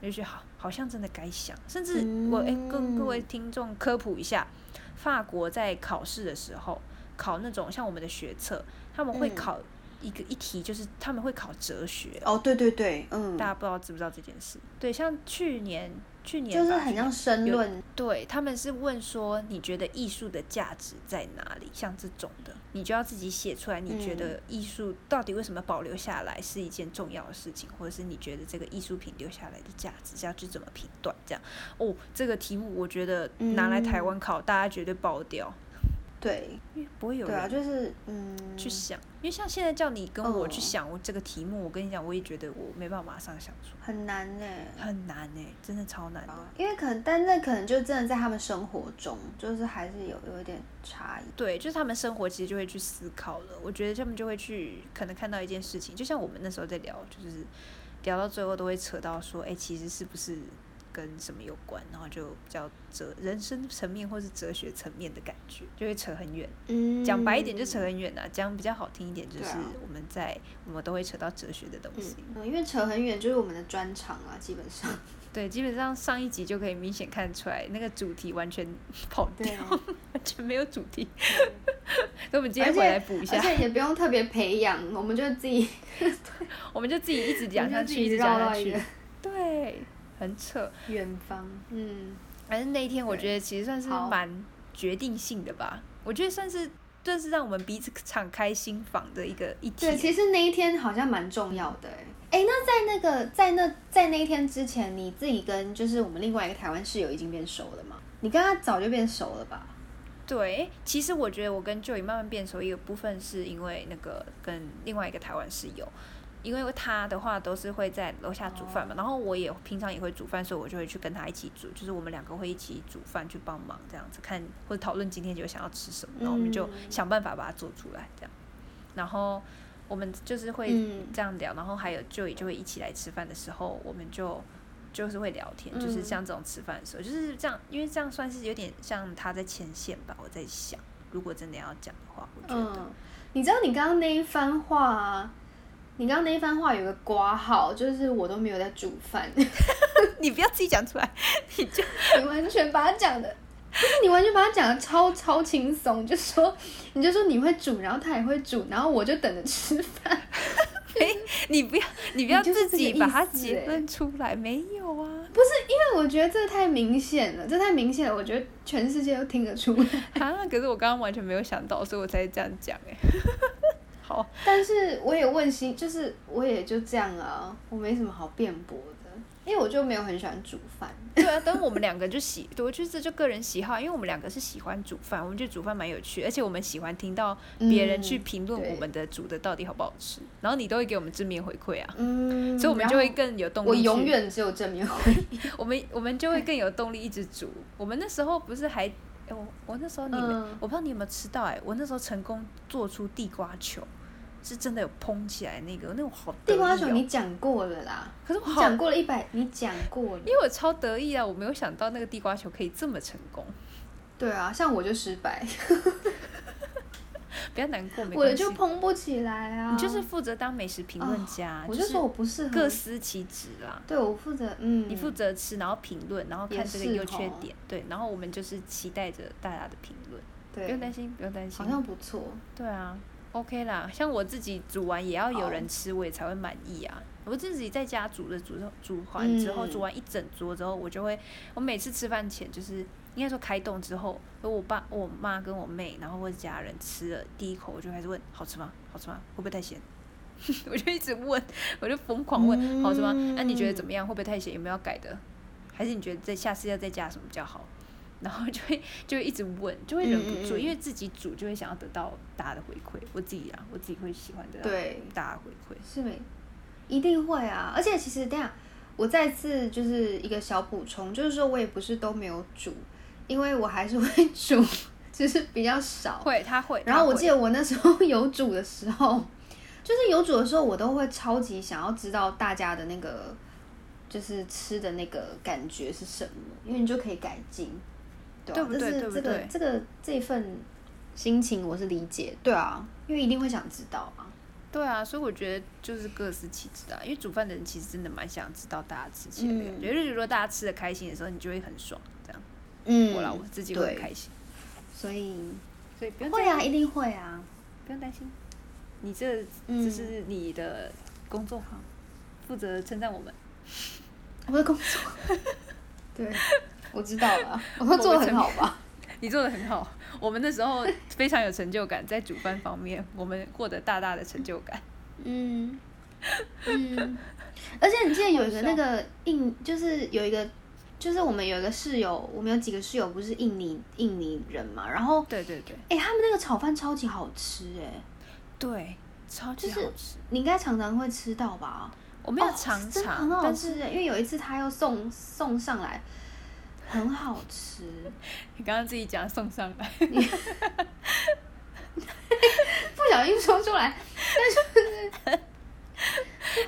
Speaker 2: 我就觉得好，好像真的该想。甚至我诶，跟各位
Speaker 3: 嗯
Speaker 2: 听众科普一下，法国在考试的时候考那种像我们的学测，他们会
Speaker 3: 嗯
Speaker 2: 考一个、一题，就是他们会考哲学。
Speaker 3: 哦，对对对，嗯，
Speaker 2: 大家不知道知不知道这件事？对，像去年，去年
Speaker 3: 就是
Speaker 2: 吧
Speaker 3: 很
Speaker 2: 去年
Speaker 3: 像申
Speaker 2: 有
Speaker 3: 论，
Speaker 2: 对，他们是问说你觉得艺术的价值在哪里？像这种的，你就要自己写出来。你觉得艺术到底为什么保留下来是一件重要的事情，或者是你觉得这个艺术品留下来的价值是要去怎么评断？这样哦，这个题目我觉得拿来台湾考，大家绝对爆掉，
Speaker 3: 对
Speaker 2: 因为不会有
Speaker 3: 对啊，
Speaker 2: 人
Speaker 3: 就是嗯，
Speaker 2: 去想。因为像现在叫你跟我去
Speaker 3: 哦
Speaker 2: 想我这个题目，我跟你讲，我也觉得我没办法马上想出，
Speaker 3: 很难呢、
Speaker 2: 很难哎、真的超难的。
Speaker 3: 因为可能，但那可能就真的在他们生活中，就是还是有有一点差异。
Speaker 2: 对，就是他们生活其实就会去思考了。我觉得他们就会去可能看到一件事情，就像我们那时候在聊，就是聊到最后都会扯到说，哎、其实是不是跟什么有关，然后就比较哲人生层面或是哲学层面的感觉，就会扯很远。
Speaker 3: 嗯
Speaker 2: 讲白一点就扯很远啊，讲比较好听一点就
Speaker 3: 对
Speaker 2: 是
Speaker 3: 啊
Speaker 2: 我们在、我们都会扯到哲学的东
Speaker 3: 嗯
Speaker 2: 西。
Speaker 3: 嗯，因为扯很远就是我们的专长啊，基本上。
Speaker 2: *laughs* 对，基本上上一集就可以明显看出来，那个主题完全 *laughs* 跑
Speaker 3: *laughs*
Speaker 2: 掉，
Speaker 3: 对，啊嗯
Speaker 2: 完全没有主题。 *laughs* 所以我们今
Speaker 3: 而
Speaker 2: 天回
Speaker 3: 且
Speaker 2: 来补一下
Speaker 3: 而。且也不用特别培养，我们就自己
Speaker 2: 我们就自己一直讲
Speaker 3: 我
Speaker 2: 下
Speaker 3: 们就自
Speaker 2: 去，
Speaker 3: 己
Speaker 2: 直
Speaker 3: 绕
Speaker 2: 讲下
Speaker 3: 到一
Speaker 2: 去
Speaker 3: 个，
Speaker 2: 对，很扯。
Speaker 3: 远方。嗯，
Speaker 2: 反正那一天我
Speaker 3: 对
Speaker 2: 觉得其实算是
Speaker 3: 好
Speaker 2: 蛮决定性的吧，我觉得算是算是让我们彼此敞开心房的一个一
Speaker 3: 对，
Speaker 2: 天。
Speaker 3: 其实那一天好像蛮重要的、欸。哎、那在那个在那在那一天之前，你自己跟就是我们另外一个台湾室友已经变熟了吗？你跟他早就变熟了吧？
Speaker 2: 对，其实我觉得我跟 Joey 慢慢变熟，一个部分是因为那个跟另外一个台湾室友。因为他的话都是会在楼下煮饭嘛然后我也平常也会煮饭，所以我就会去跟他一起煮，就是我们两个会一起煮饭去帮忙这样子，看或者讨论今天就想要吃什么，然后我们就
Speaker 3: 嗯
Speaker 2: 想办法把它做出来这样。然后我们就是会
Speaker 3: 嗯
Speaker 2: 这样聊，然后还有 Joey 就会一起来吃饭的时候，我们就就是会聊天，就是
Speaker 3: 嗯
Speaker 2: 像这种吃饭的时候，就是这样，因为这样算是有点像他在牵线吧。我在想，如果真的要讲的话，我觉得、
Speaker 3: 嗯，你知道你刚刚那一番话、啊，你刚刚那一番话有个挂号，就是我都没有在煮
Speaker 2: *laughs*
Speaker 3: 饭，
Speaker 2: 你不要自己讲出来， *laughs* 你就
Speaker 3: 你完全把它讲的，就是你完全把它讲的超超轻松，就说你就说你会煮，然后他也会煮，然后我就等着吃 *laughs* 饭。
Speaker 2: 你不要你不要
Speaker 3: 就是这
Speaker 2: 自
Speaker 3: 个
Speaker 2: 己
Speaker 3: 意
Speaker 2: 把它
Speaker 3: 思
Speaker 2: 结
Speaker 3: 欸
Speaker 2: 论出来，没有 *laughs* 啊
Speaker 3: 不是因为我觉得这太明显了，这太明显了，我觉得全世界都听得出来。
Speaker 2: 啊！可是我刚刚完全没有想到，所以我才这样讲哎、好，
Speaker 3: 但是我也问心，就是我也就这样啊，我没什么好辩驳的，因为我就没有很喜欢煮饭。
Speaker 2: 对啊，但我们两个就喜，我觉得这就个人喜好，因为我们两个是喜欢煮饭，我们觉得煮饭蛮有趣，而且我们喜欢听到别人去
Speaker 3: 嗯
Speaker 2: 评论我
Speaker 3: 对
Speaker 2: 们的煮的到底好不好吃，然后你都会给我们正面回馈啊，
Speaker 3: 嗯，
Speaker 2: 所以我们就
Speaker 3: 然
Speaker 2: 会
Speaker 3: 后
Speaker 2: 更有动力。
Speaker 3: 我永，远只有正面回应。
Speaker 2: 我们我们就会更有动力一直煮。我们那时候不是还，哎我我那时候你们，
Speaker 3: 嗯
Speaker 2: 我不知道你有没有吃到哎、我那时候成功做出地瓜球，是真的有蓬起来那个，那种好得
Speaker 3: 地瓜
Speaker 2: 意
Speaker 3: 球
Speaker 2: 哦
Speaker 3: 你讲过了啦，
Speaker 2: 可是我
Speaker 3: 你
Speaker 2: 好
Speaker 3: 讲过了一百，你讲过了。
Speaker 2: 因为我超得意啊！我没有想到那个地瓜球可以这么成功，
Speaker 3: 对啊，像我就失败，
Speaker 2: 不要难过，没
Speaker 3: 我
Speaker 2: 关
Speaker 3: 的
Speaker 2: 系。
Speaker 3: 就蓬不起来啊。
Speaker 2: 你就是负责当美食评论家、
Speaker 3: 我就是说我不适合，
Speaker 2: 各司其职啦。
Speaker 3: 对我负责，嗯，
Speaker 2: 你负责吃，然后评论，然后看这个
Speaker 3: 也是
Speaker 2: 优缺
Speaker 3: 吼
Speaker 2: 点，对，然后我们就是期待着大家的评论，不用担
Speaker 3: 对，
Speaker 2: 心，不用担心
Speaker 3: 好，像不错。
Speaker 2: 对啊，OK 啦。像我自己煮完也要有
Speaker 3: 好
Speaker 2: 人吃，我也才会满意啊。我自己在家煮的煮煮完之后，
Speaker 3: 嗯
Speaker 2: 煮完一整桌之后，我就会，我每次吃饭前就是应该说开动之后，我爸、我妈跟我妹，然后或者家人吃了第一口，我就开始问好吃吗？好吃吗？会不会太咸？ *laughs* 我就一直问，我就疯狂问、
Speaker 3: 嗯
Speaker 2: 好吃吗？那、你觉得怎么样？会不会太咸？有没有要改的？还是你觉得在下次要再加什么比较好？ *laughs* 然后就会就会一直问，就会忍不住，
Speaker 3: 嗯嗯嗯
Speaker 2: 因为自己煮就会想要得到大家的回馈。我自己啊，我自己会喜欢得到
Speaker 3: 对，
Speaker 2: 大家的回馈。
Speaker 3: 是没，一定会啊。而且其实这样，我再次就是一个小补充，就是说我也不是都没有煮，因为我还是会煮，只是比较少。
Speaker 2: 会，他会。
Speaker 3: 然后我记
Speaker 2: 得，
Speaker 3: 得我那时候 *laughs* 有煮的时候，就是有煮的时候，我都会超级想要知道大家的那个就是吃的那个感觉是什么，因为你就可以改进，对
Speaker 2: 对
Speaker 3: 吧、
Speaker 2: 不
Speaker 3: 这
Speaker 2: 对
Speaker 3: 是
Speaker 2: 对不
Speaker 3: 这个
Speaker 2: 对
Speaker 3: 这个这一份心情我是理解，对啊，因为一定会想知道嘛。
Speaker 2: 对啊，所以我觉得就是各司其职啊，因为煮饭的人其实真的蛮想知道大家吃起来的感觉，
Speaker 3: 嗯
Speaker 2: 就是如果大家吃的开心的时候，你就会很爽，这样。
Speaker 3: 嗯
Speaker 2: 我啦，我自己会很
Speaker 3: 对
Speaker 2: 开心，
Speaker 3: 所以
Speaker 2: 所以不用
Speaker 3: 会
Speaker 2: 担
Speaker 3: 啊，
Speaker 2: 心
Speaker 3: 一定会啊。
Speaker 2: 不用担心，你这
Speaker 3: 嗯
Speaker 2: 这是你的工作哈，负责称赞我们，
Speaker 3: 我的工作，
Speaker 2: *laughs*
Speaker 3: 对，我知道了，我会做的很好吧？
Speaker 2: 你做的很好。我们那时候非常有成就感，在煮饭方面，我们获得大大的成就
Speaker 3: *laughs*
Speaker 2: 感。
Speaker 3: 嗯嗯，而且你记得有一个那个印，就是有一个，就是我们有一个室友，我们有几个室友不是印尼印尼人嘛，然后
Speaker 2: 对对对
Speaker 3: 哎、他们那个炒饭超级好吃哎、
Speaker 2: 对，超级好
Speaker 3: 是
Speaker 2: 吃。
Speaker 3: 你应该常常会吃到吧？
Speaker 2: 我没有
Speaker 3: 哦
Speaker 2: 尝
Speaker 3: 真的
Speaker 2: 尝，
Speaker 3: 很好
Speaker 2: 但是
Speaker 3: 吃哎、因为有一次他又送送上来，很好吃， *laughs*
Speaker 2: 你刚刚自己讲送上来，
Speaker 3: 不小心说出来， *laughs* 但是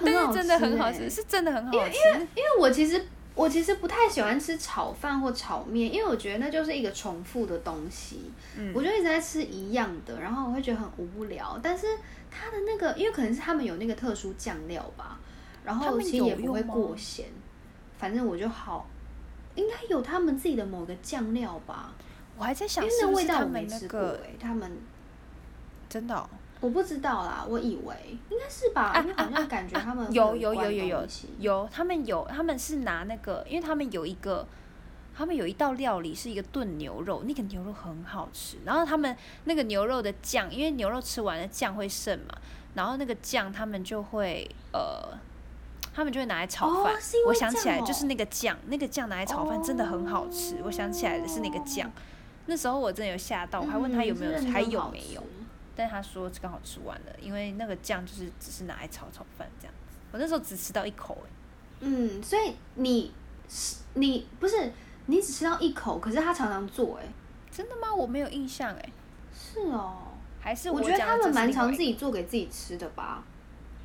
Speaker 2: 但
Speaker 3: 很
Speaker 2: 是
Speaker 3: 好
Speaker 2: 真的很
Speaker 3: 吃
Speaker 2: 好
Speaker 3: 哎
Speaker 2: 吃，是真的很好吃。
Speaker 3: 因为我其实我其实不太喜欢吃炒饭或炒面，因为我觉得那就是一个重复的东西，
Speaker 2: 嗯
Speaker 3: 我就一直在吃一样的，然后我会觉得很无聊。但是它的那个，因为可能是他们有那个特殊酱料吧，然
Speaker 2: 他
Speaker 3: 后
Speaker 2: 们
Speaker 3: 其实
Speaker 2: 有
Speaker 3: 也不会
Speaker 2: 用吗
Speaker 3: 过咸，反正我就好。应该有他们自己的某个酱料吧，
Speaker 2: 我还在
Speaker 3: 因
Speaker 2: 想
Speaker 3: 为
Speaker 2: 是
Speaker 3: 那
Speaker 2: 不
Speaker 3: 味
Speaker 2: 是
Speaker 3: 道
Speaker 2: 他
Speaker 3: 我没
Speaker 2: 们那
Speaker 3: 吃过欸
Speaker 2: 个
Speaker 3: 诶、他们
Speaker 2: 真的、哦、
Speaker 3: 我不知道啦，我以为应该是吧，因为好像感觉他们会
Speaker 2: 有有
Speaker 3: 关
Speaker 2: 有有有
Speaker 3: 东西
Speaker 2: 有，他们有他们是拿那个，因为他们有一个。他们有一道料理是一个炖牛肉，那个牛肉很好吃。然后他们那个牛肉的酱，因为牛肉吃完了酱会剩嘛，然后那个酱他们就会呃，他们就会拿来炒
Speaker 3: 哦
Speaker 2: 饭。
Speaker 3: 是因为
Speaker 2: 我想起来
Speaker 3: 酱哦
Speaker 2: 就是那个酱，那个酱拿来炒饭真的很好吃。我想起来的是那个酱
Speaker 3: 哦，
Speaker 2: 那时候我真的有吓到，我还问他有没有、
Speaker 3: 嗯真的
Speaker 2: 还
Speaker 3: 很
Speaker 2: 有
Speaker 3: 好
Speaker 2: 没有
Speaker 3: 吃，
Speaker 2: 但他说刚好吃完了，因为那个酱就是只是拿来炒炒饭这样。我那时候只吃到一口、欸，
Speaker 3: 嗯，所以你是你不是你只吃到一口，可是他常常做、欸，哎，
Speaker 2: 真的吗？我没有印象哎、
Speaker 3: 是哦。
Speaker 2: 还是
Speaker 3: 我
Speaker 2: 我
Speaker 3: 觉得
Speaker 2: 讲
Speaker 3: 他们
Speaker 2: 的这是
Speaker 3: 蛮
Speaker 2: 另外
Speaker 3: 常
Speaker 2: 一
Speaker 3: 自
Speaker 2: 个
Speaker 3: 己做给自己吃的吧。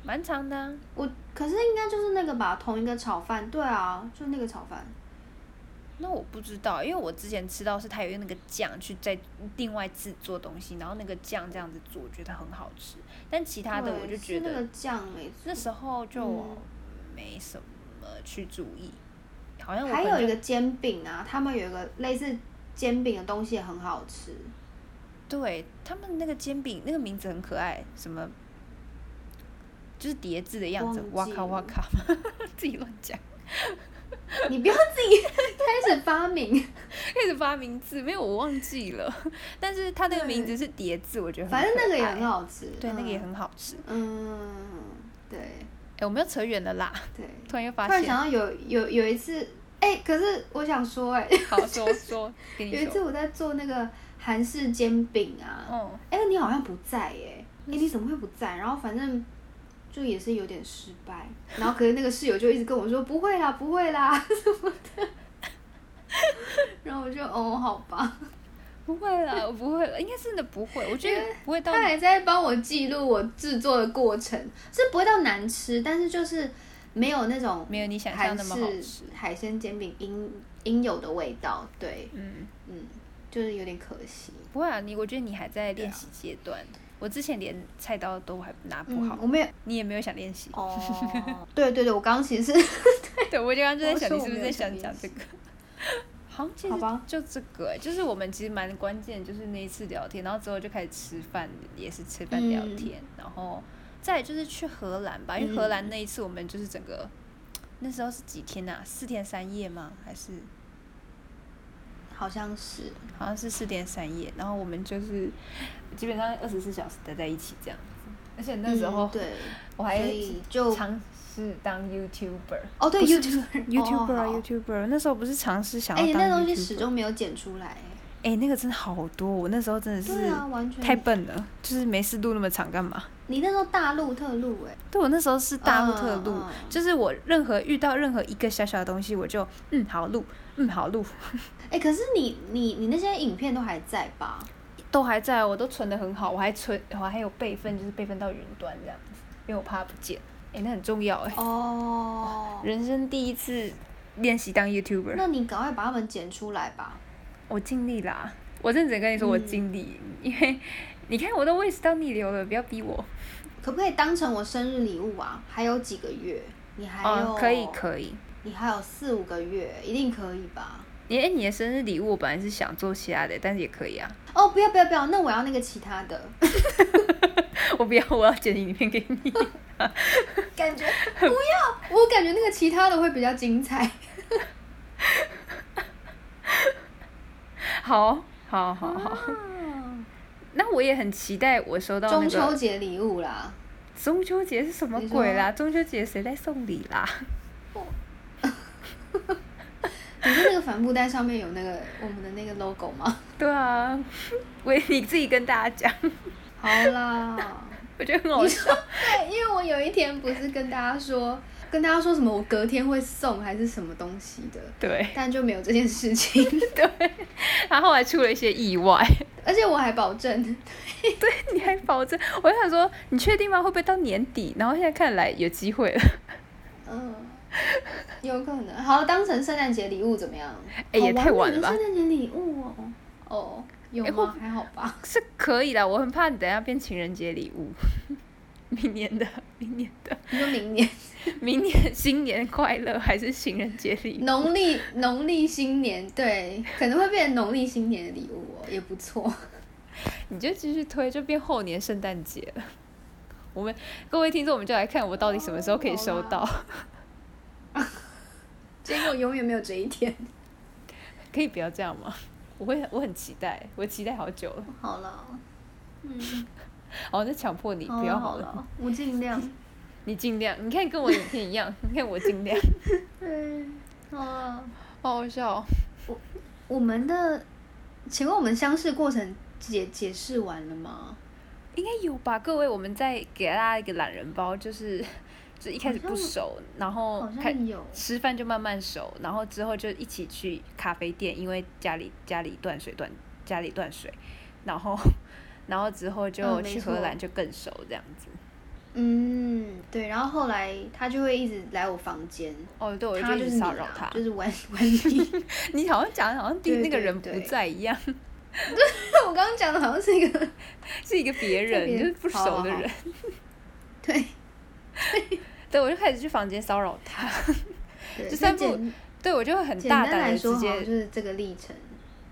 Speaker 2: 蛮长的、啊，
Speaker 3: 我可是应该就是那个吧，同一个炒饭，对啊，就那个炒饭。
Speaker 2: 那我不知道，因为我之前吃到是他有用那个酱去再另外制作东西，然后那个酱这样子做，我觉得很好吃。但其他的
Speaker 3: 对
Speaker 2: 我就是觉
Speaker 3: 那
Speaker 2: 得
Speaker 3: 个酱没错。
Speaker 2: 那时候就
Speaker 3: 嗯
Speaker 2: 没什么去注意，好像我
Speaker 3: 还
Speaker 2: 朋
Speaker 3: 有一
Speaker 2: 友
Speaker 3: 个煎饼啊，他们有一个类似煎饼的东西也很好吃。
Speaker 2: *laughs* 对他们那个煎饼，那个名字很可爱，什么就是叠字的样子，哇
Speaker 3: 忘记
Speaker 2: 咔哇
Speaker 3: 了
Speaker 2: 咔， *laughs* 自己乱讲，
Speaker 3: 你不要自己开始发明，
Speaker 2: 开始发名字，没有我忘记了， *laughs* 但是它那个名字
Speaker 3: 对
Speaker 2: 是叠字，我觉得很
Speaker 3: 反正
Speaker 2: 可
Speaker 3: 那个也
Speaker 2: 爱
Speaker 3: 很，好吃。
Speaker 2: *laughs* 对，那个也
Speaker 3: 嗯。
Speaker 2: 很好吃。
Speaker 3: 嗯，对
Speaker 2: 哎、我们又扯远了啦， *laughs*
Speaker 3: 对。
Speaker 2: 突然又发
Speaker 3: 突然
Speaker 2: 现，
Speaker 3: 想到有有有一次，哎、可是我想说、哎，
Speaker 2: *laughs* 好说说，给
Speaker 3: 有一
Speaker 2: 你
Speaker 3: 次
Speaker 2: 说，
Speaker 3: 我在做那个韩式煎饼啊，
Speaker 2: 嗯，
Speaker 3: 哎、你好像不在哎、哎、你怎么会不在？然后反正就也是有点失败，然后可是那个室友就一直跟我说不会啦，不会啦 *laughs* 什么的，然后我就哦好吧，
Speaker 2: 不会啦，我不会了，应该真的不会，我觉
Speaker 3: 因
Speaker 2: 得
Speaker 3: 为
Speaker 2: 不会到
Speaker 3: 他还在帮我记录我制作的过程，是不会到难吃，但是就是没有那种
Speaker 2: 没有你想象
Speaker 3: 韩
Speaker 2: 那么好
Speaker 3: 式
Speaker 2: 吃，
Speaker 3: 海鲜煎饼应应有的味道，对。
Speaker 2: 嗯，
Speaker 3: 嗯，就是有点可惜。
Speaker 2: 不会啊，你我觉得你还在练习阶段，我之前连菜刀都还拿不好，
Speaker 3: 嗯我没
Speaker 2: *laughs*
Speaker 3: 有。
Speaker 2: 你也没有想练习，
Speaker 3: 哦，对对对，我刚刚其实是
Speaker 2: *laughs* 对，我就刚刚就在想，
Speaker 3: 哦我说
Speaker 2: 你是
Speaker 3: 我
Speaker 2: 不是
Speaker 3: 没有
Speaker 2: 在
Speaker 3: 想
Speaker 2: 想讲这个？
Speaker 3: *laughs*
Speaker 2: 好，其
Speaker 3: 好
Speaker 2: 实
Speaker 3: 吧
Speaker 2: 就这个、欸，就是我们其实蛮关键，就是那一次聊天，然后之后就开始吃饭，也是吃饭聊
Speaker 3: 嗯
Speaker 2: 天，然后再来就是去荷兰吧，因为
Speaker 3: 嗯
Speaker 2: 荷兰那一次我们就是整个那时候是几天呐、四天三夜吗？还是
Speaker 3: 好像是，
Speaker 2: 好像是四天三夜？然后我们就是基本上二十四小时待在一起这样子，而且 *laughs* 那时候
Speaker 3: 嗯、对，
Speaker 2: 我还
Speaker 3: 所以就
Speaker 2: 尝试当 YouTuber。
Speaker 3: 哦对
Speaker 2: 不是
Speaker 3: ，YouTube
Speaker 2: YouTuber 啊、
Speaker 3: 哦好
Speaker 2: YouTuber，那时候不是尝试想
Speaker 3: 哎、
Speaker 2: 要当
Speaker 3: 那
Speaker 2: YouTuber，
Speaker 3: 东西始终没有剪出来。
Speaker 2: 哎、那个真的好多，我那时候真的
Speaker 3: 对
Speaker 2: 是
Speaker 3: 啊，完全
Speaker 2: 太笨了，就是没事录那么长干嘛？
Speaker 3: 你那时候大录特录哎、
Speaker 2: 对我那时候是大录特录，
Speaker 3: 嗯嗯
Speaker 2: 就是我任何遇到任何一个小小的东西，我就嗯好录，嗯好录， *laughs*
Speaker 3: 哎、可是你你你那些影片都还在吧？
Speaker 2: 都还在，我都存的很好，我还存，我还有备份，就是备份到云端这样子，因为我怕不见。哎、那很重要哎、
Speaker 3: 哦，
Speaker 2: 人生第一次练习当 YouTuber，
Speaker 3: 那你赶快把它们剪出来吧。
Speaker 2: 我尽力啦。我认真
Speaker 3: 嗯
Speaker 2: 跟你说，我尽力，因为你看我都胃食道逆流了，不要逼我。
Speaker 3: 可不可以当成我生日礼物啊？还有几个月，你还有、
Speaker 2: 哦，可以可以。
Speaker 3: 你还有四五个月，一定可以吧？
Speaker 2: 你哎，你的生日礼物我本来是想做其他的，但是也可以啊。 *laughs*
Speaker 3: 哦，不要不要不要，那我要那个其他的，
Speaker 2: 我不要，我要剪影片给你。 *laughs*
Speaker 3: 感觉不要，我感觉那个其他的会比较精彩。
Speaker 2: 好，好，好，好。
Speaker 3: 哦
Speaker 2: 那我也很期待我收到那
Speaker 3: 中
Speaker 2: 个
Speaker 3: 秋节礼物啦，
Speaker 2: 中秋节是什么
Speaker 3: 你说
Speaker 2: 鬼啦？中秋节谁在送礼啦？ *laughs*
Speaker 3: 你说那个帆布袋上面有那个我们的那个 logo *laughs* 吗？
Speaker 2: 对啊， *laughs* 我你自己跟大家讲， *laughs*
Speaker 3: 好啦，
Speaker 2: 我觉得很好笑。 *laughs*
Speaker 3: 对，因为我有一天不是跟大家说，跟大家说什么我隔天会送还是什么东西的，
Speaker 2: 对， *laughs*
Speaker 3: 但就没有这件事情，
Speaker 2: 他后来出了一些意外，
Speaker 3: 而且我还保证，
Speaker 2: 对， *laughs* 你还保证？我就想说，你确定吗？会不会到年底？然后现在看来有机会了。 *laughs*
Speaker 3: 嗯，有可能。好，当成圣诞节礼物怎么样？
Speaker 2: 哎
Speaker 3: 好
Speaker 2: 也太
Speaker 3: 完
Speaker 2: 晚
Speaker 3: 美
Speaker 2: 了
Speaker 3: 的
Speaker 2: 吧
Speaker 3: 圣诞节礼物哦，哦，有
Speaker 2: 哎会不
Speaker 3: 吗？还好吧。
Speaker 2: 是可以的，我很怕你等一下变情人节礼物。 *laughs* 明年的，明年的，
Speaker 3: 你说明
Speaker 2: 哎
Speaker 3: 年
Speaker 2: 明年 *laughs* 新年快乐还是情人节礼物？
Speaker 3: 农历农历新年，对，可能会变成农历新年的礼物哦，也不
Speaker 2: *laughs*
Speaker 3: 错。
Speaker 2: 你就继续推，就变后年圣诞节了。 *laughs* 我们各位听众，我们就来看我到底什么时候可以收到，
Speaker 3: 哦结果永远没有这一天。
Speaker 2: 可以不要这样吗？我会，我很期待，我期待好久了。
Speaker 3: 好了，嗯，
Speaker 2: 哦，那强迫你不要哦好了，，
Speaker 3: 我尽量。
Speaker 2: 你尽量。你看跟我影片一样，你看我尽量。
Speaker 3: 对，好了，
Speaker 2: 好好笑哦、
Speaker 3: 我们的，请问我们相识过程解解释完了吗？
Speaker 2: 应该有吧？各位，我们再给大家一个懒人包，就是 *laughs* 就一开始不熟，然后
Speaker 3: 好
Speaker 2: 开
Speaker 3: 像有。
Speaker 2: 吃饭就慢慢熟，然后之后就一起去咖啡店，因为家里家里断水断家里断水，然后 *laughs* 然后之后就
Speaker 3: 嗯没
Speaker 2: 去荷
Speaker 3: 错
Speaker 2: 兰就更熟这样子。
Speaker 3: 嗯，对，然后后来他就会一直来我房间，
Speaker 2: 哦，对，我
Speaker 3: 他
Speaker 2: 一
Speaker 3: 就是
Speaker 2: 直
Speaker 3: 你
Speaker 2: 骚扰
Speaker 3: 啦
Speaker 2: 他。
Speaker 3: 就是玩 *laughs* 玩你。
Speaker 2: *laughs* 你好像讲的好像第
Speaker 3: 对
Speaker 2: 那个
Speaker 3: 对
Speaker 2: 人不
Speaker 3: 对
Speaker 2: 在一样，
Speaker 3: 我刚刚讲的好像是一个 *laughs*
Speaker 2: 是一个别人，
Speaker 3: 别
Speaker 2: 就是不
Speaker 3: 好
Speaker 2: 熟
Speaker 3: 好
Speaker 2: 的
Speaker 3: 好
Speaker 2: 人。
Speaker 3: 对，
Speaker 2: 对，我就开始去房间骚扰他。
Speaker 3: 对所以
Speaker 2: 就散步
Speaker 3: 简
Speaker 2: 对，我就会很
Speaker 3: 简
Speaker 2: 大
Speaker 3: 单
Speaker 2: 胆
Speaker 3: 来
Speaker 2: 的
Speaker 3: 说，
Speaker 2: 直
Speaker 3: 好
Speaker 2: 接
Speaker 3: 像就是这个历程。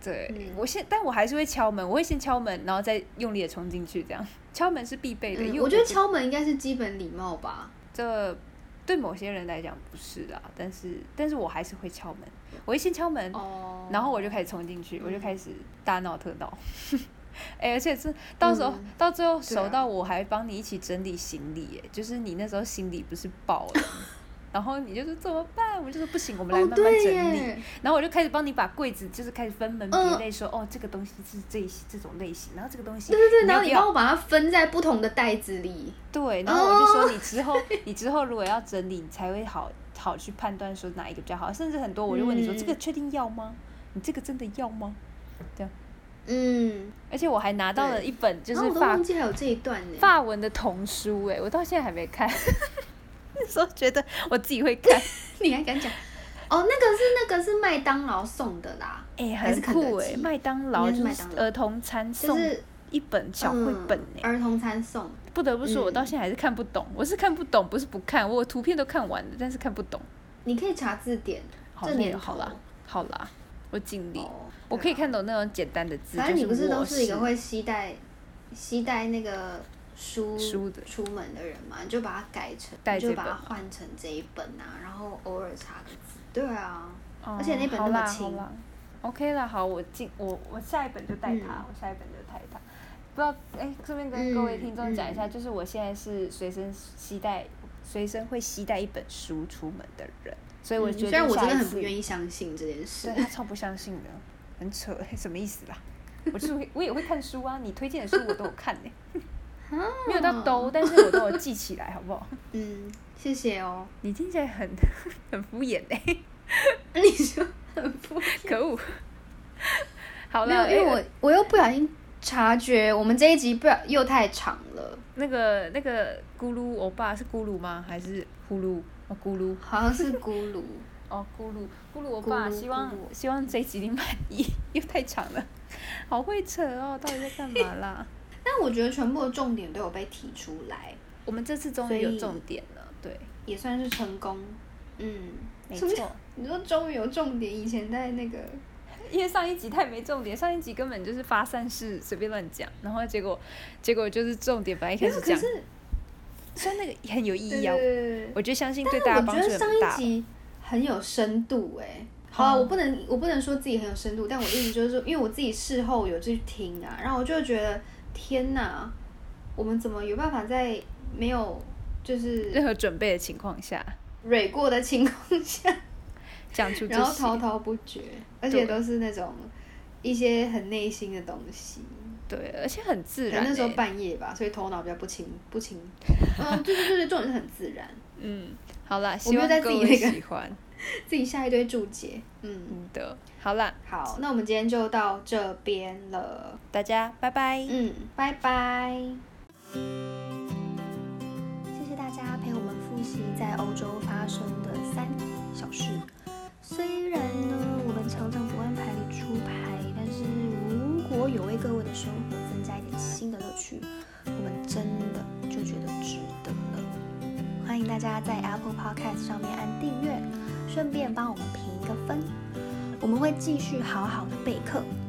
Speaker 2: 对，
Speaker 3: 嗯
Speaker 2: 我现，但我还是会敲门，我会先敲门，然后再用力的冲进去，这样敲门是必备的，因
Speaker 3: 嗯，
Speaker 2: 为
Speaker 3: 我觉得
Speaker 2: 不
Speaker 3: 敲门应该是基本礼貌吧。
Speaker 2: 这对某些人来讲不是啦，但是但是我还是会敲门，我会先敲门，
Speaker 3: 哦嗯
Speaker 2: 然后我就开始冲进去，我就开始大闹特闹。 *laughs* 哎、而且是到时候、
Speaker 3: 嗯
Speaker 2: 到最后
Speaker 3: 对啊
Speaker 2: 熟到我还帮你一起整理行李、哎，就是你那时候行李不是爆了， *laughs* 然后你就说怎么办？我就说不行，我们来
Speaker 3: 哦，
Speaker 2: 慢慢
Speaker 3: 对
Speaker 2: 整理。
Speaker 3: 耶，
Speaker 2: 然后我就开始帮你把柜子，就是开始分门别
Speaker 3: 嗯
Speaker 2: 类说，哦，这个东西是这一这种类型，然后这个东西
Speaker 3: 对对对，
Speaker 2: 你
Speaker 3: 然
Speaker 2: 要
Speaker 3: 后你帮
Speaker 2: 不要？
Speaker 3: 我哦把它分在不同的袋子里。
Speaker 2: 对，然后我就说你之后你之后如果要整理，你才会好好去判断说哪一个比较好，甚至很多我就问你说、
Speaker 3: 嗯
Speaker 2: 这个确定要吗？你这个真的要吗？
Speaker 3: 嗯，
Speaker 2: 而且我还拿到了
Speaker 3: 对
Speaker 2: 一本就
Speaker 3: 然后
Speaker 2: 是
Speaker 3: 我都
Speaker 2: 法
Speaker 3: 忘记还有这一段呢。
Speaker 2: 法文的童书、哎，我到现在还没看， *laughs* 那时候觉得我自己会
Speaker 3: *laughs*
Speaker 2: 看，
Speaker 3: 你还敢讲？哦，那个是那个是麦当劳送的啦，
Speaker 2: 哎、
Speaker 3: 还是
Speaker 2: 很
Speaker 3: 肯德
Speaker 2: 酷哎、
Speaker 3: 基
Speaker 2: 麦当劳
Speaker 3: 应该是
Speaker 2: 就
Speaker 3: 麦
Speaker 2: 是
Speaker 3: 当劳
Speaker 2: 儿童餐
Speaker 3: 就
Speaker 2: 送
Speaker 3: 是
Speaker 2: 一本小绘本哎、
Speaker 3: 嗯儿童餐送。
Speaker 2: 不得不说，我到
Speaker 3: 嗯
Speaker 2: 现在还是看不懂。我是看不懂，不是不看，我图片都看完了，但是看不懂。
Speaker 3: 你可以查字典，
Speaker 2: 好
Speaker 3: 这
Speaker 2: 累
Speaker 3: 年
Speaker 2: 哦，好
Speaker 3: 头
Speaker 2: 啦，好啦，我尽力。
Speaker 3: 哦
Speaker 2: 我可以
Speaker 3: 对啊
Speaker 2: 看懂那种简单的字，
Speaker 3: 反正你
Speaker 2: 就
Speaker 3: 不
Speaker 2: 是
Speaker 3: 是都
Speaker 2: 我
Speaker 3: 是一个会携带携带那个书
Speaker 2: 书的
Speaker 3: 出门的人嘛，你就把它改成，
Speaker 2: 带
Speaker 3: 你
Speaker 2: 这
Speaker 3: 就把
Speaker 2: 本
Speaker 3: 它
Speaker 2: 吗
Speaker 3: 换成这一本啊，然后偶尔查个字。对啊，
Speaker 2: 哦，
Speaker 3: 而且那本那
Speaker 2: 好
Speaker 3: 么
Speaker 2: 啦
Speaker 3: 轻
Speaker 2: 好啦 OK 啦，好，我尽我我下一本就带他，
Speaker 3: 嗯
Speaker 2: 我下一本就带他。不知道哎，顺便跟各位
Speaker 3: 嗯
Speaker 2: 听众讲一下，
Speaker 3: 嗯
Speaker 2: 就是我现在是随身携带，随身会携带一本书出门的人，所以我
Speaker 3: 嗯
Speaker 2: 觉得
Speaker 3: 虽然我真的很不
Speaker 2: 意。
Speaker 3: 愿意相信这件事
Speaker 2: 对，他超不相信的，很扯， *laughs* 什么意思啦？我就是会我也会看书啊，你推荐的书我都有看呢、 *laughs* 没有到兜，但是我都有记起来，好不好？
Speaker 3: 嗯，谢谢哦。
Speaker 2: *laughs* 你听起来很 *laughs* 很敷衍呢、
Speaker 3: 那你说很不
Speaker 2: *laughs* 可恶。好
Speaker 3: 没
Speaker 2: 了，
Speaker 3: 有，因为
Speaker 2: 哎
Speaker 3: 我我又不小心察觉我们这一集不然又太长了，
Speaker 2: 那个那个咕噜欧巴是咕噜吗？还是呼噜？哦，咕噜，
Speaker 3: 好像是咕噜。
Speaker 2: 哦，咕噜，咕噜欧
Speaker 3: 咕
Speaker 2: 巴，
Speaker 3: 噜
Speaker 2: 希
Speaker 3: 咕
Speaker 2: 望
Speaker 3: 噜
Speaker 2: 希望这一集你满意， *laughs* 又太长了，好会扯哦，到底在干嘛啦？
Speaker 3: *laughs* 但我觉得全部的重点都有被提出来，
Speaker 2: *laughs* 我们这次终
Speaker 3: 所
Speaker 2: 于有
Speaker 3: 以
Speaker 2: 重点了，对，
Speaker 3: 也算是成功。嗯，
Speaker 2: 没
Speaker 3: 是不是
Speaker 2: 错。
Speaker 3: 你说终于有重点，以前在那个
Speaker 2: 因为上一集太没重点，上一集根本就是发散式随便乱讲，然后结果结果就是重点本来一开始
Speaker 3: 可
Speaker 2: 讲，
Speaker 3: 是
Speaker 2: 虽然那个很有意
Speaker 3: 对
Speaker 2: 义啊
Speaker 3: 对，对
Speaker 2: 我觉得相信对
Speaker 3: 对，
Speaker 2: 大家
Speaker 3: 但
Speaker 2: 帮
Speaker 3: 我觉
Speaker 2: 助
Speaker 3: 得
Speaker 2: 很
Speaker 3: 上
Speaker 2: 大
Speaker 3: 一。集很有深度哎、好啊，
Speaker 2: 哦
Speaker 3: 我不能，我不能说自己很有深度，但我意思就是说，因为我自己事后有去听啊，然后我就觉得，天哪，我们怎么有办法在没有就是
Speaker 2: *laughs* 任何准备的情况下
Speaker 3: 蕊过的情况下，
Speaker 2: 讲出这
Speaker 3: 然后
Speaker 2: 些
Speaker 3: 滔，滔不绝，而且都是那种一些很内心的东西。
Speaker 2: 对，而且很自
Speaker 3: 可能
Speaker 2: 然、
Speaker 3: 那时候
Speaker 2: 欸。
Speaker 3: 半夜吧，所以头脑比较不清不清。嗯，对对对对，重点是很自然，
Speaker 2: 嗯，好啦，
Speaker 3: 我
Speaker 2: 希
Speaker 3: 没有
Speaker 2: 望
Speaker 3: 在
Speaker 2: 各
Speaker 3: 自己那
Speaker 2: 位
Speaker 3: 个
Speaker 2: 喜欢。
Speaker 3: 自己下一堆注解。嗯，
Speaker 2: 嗯的，好啦，
Speaker 3: 好，那我们今天就到这边了。
Speaker 2: 大家拜拜。
Speaker 3: 嗯，拜拜。
Speaker 1: 谢谢大家陪我们复习在欧洲发生的三小事。虽然呢，我们常常不按牌理出牌，但是如果有为各位的生活增加一点新的乐趣，我们真的就觉得值得了。欢迎大家在 Apple Podcast 上面按订阅，顺便帮我们评一个分。我们会继续好好的备课，嗯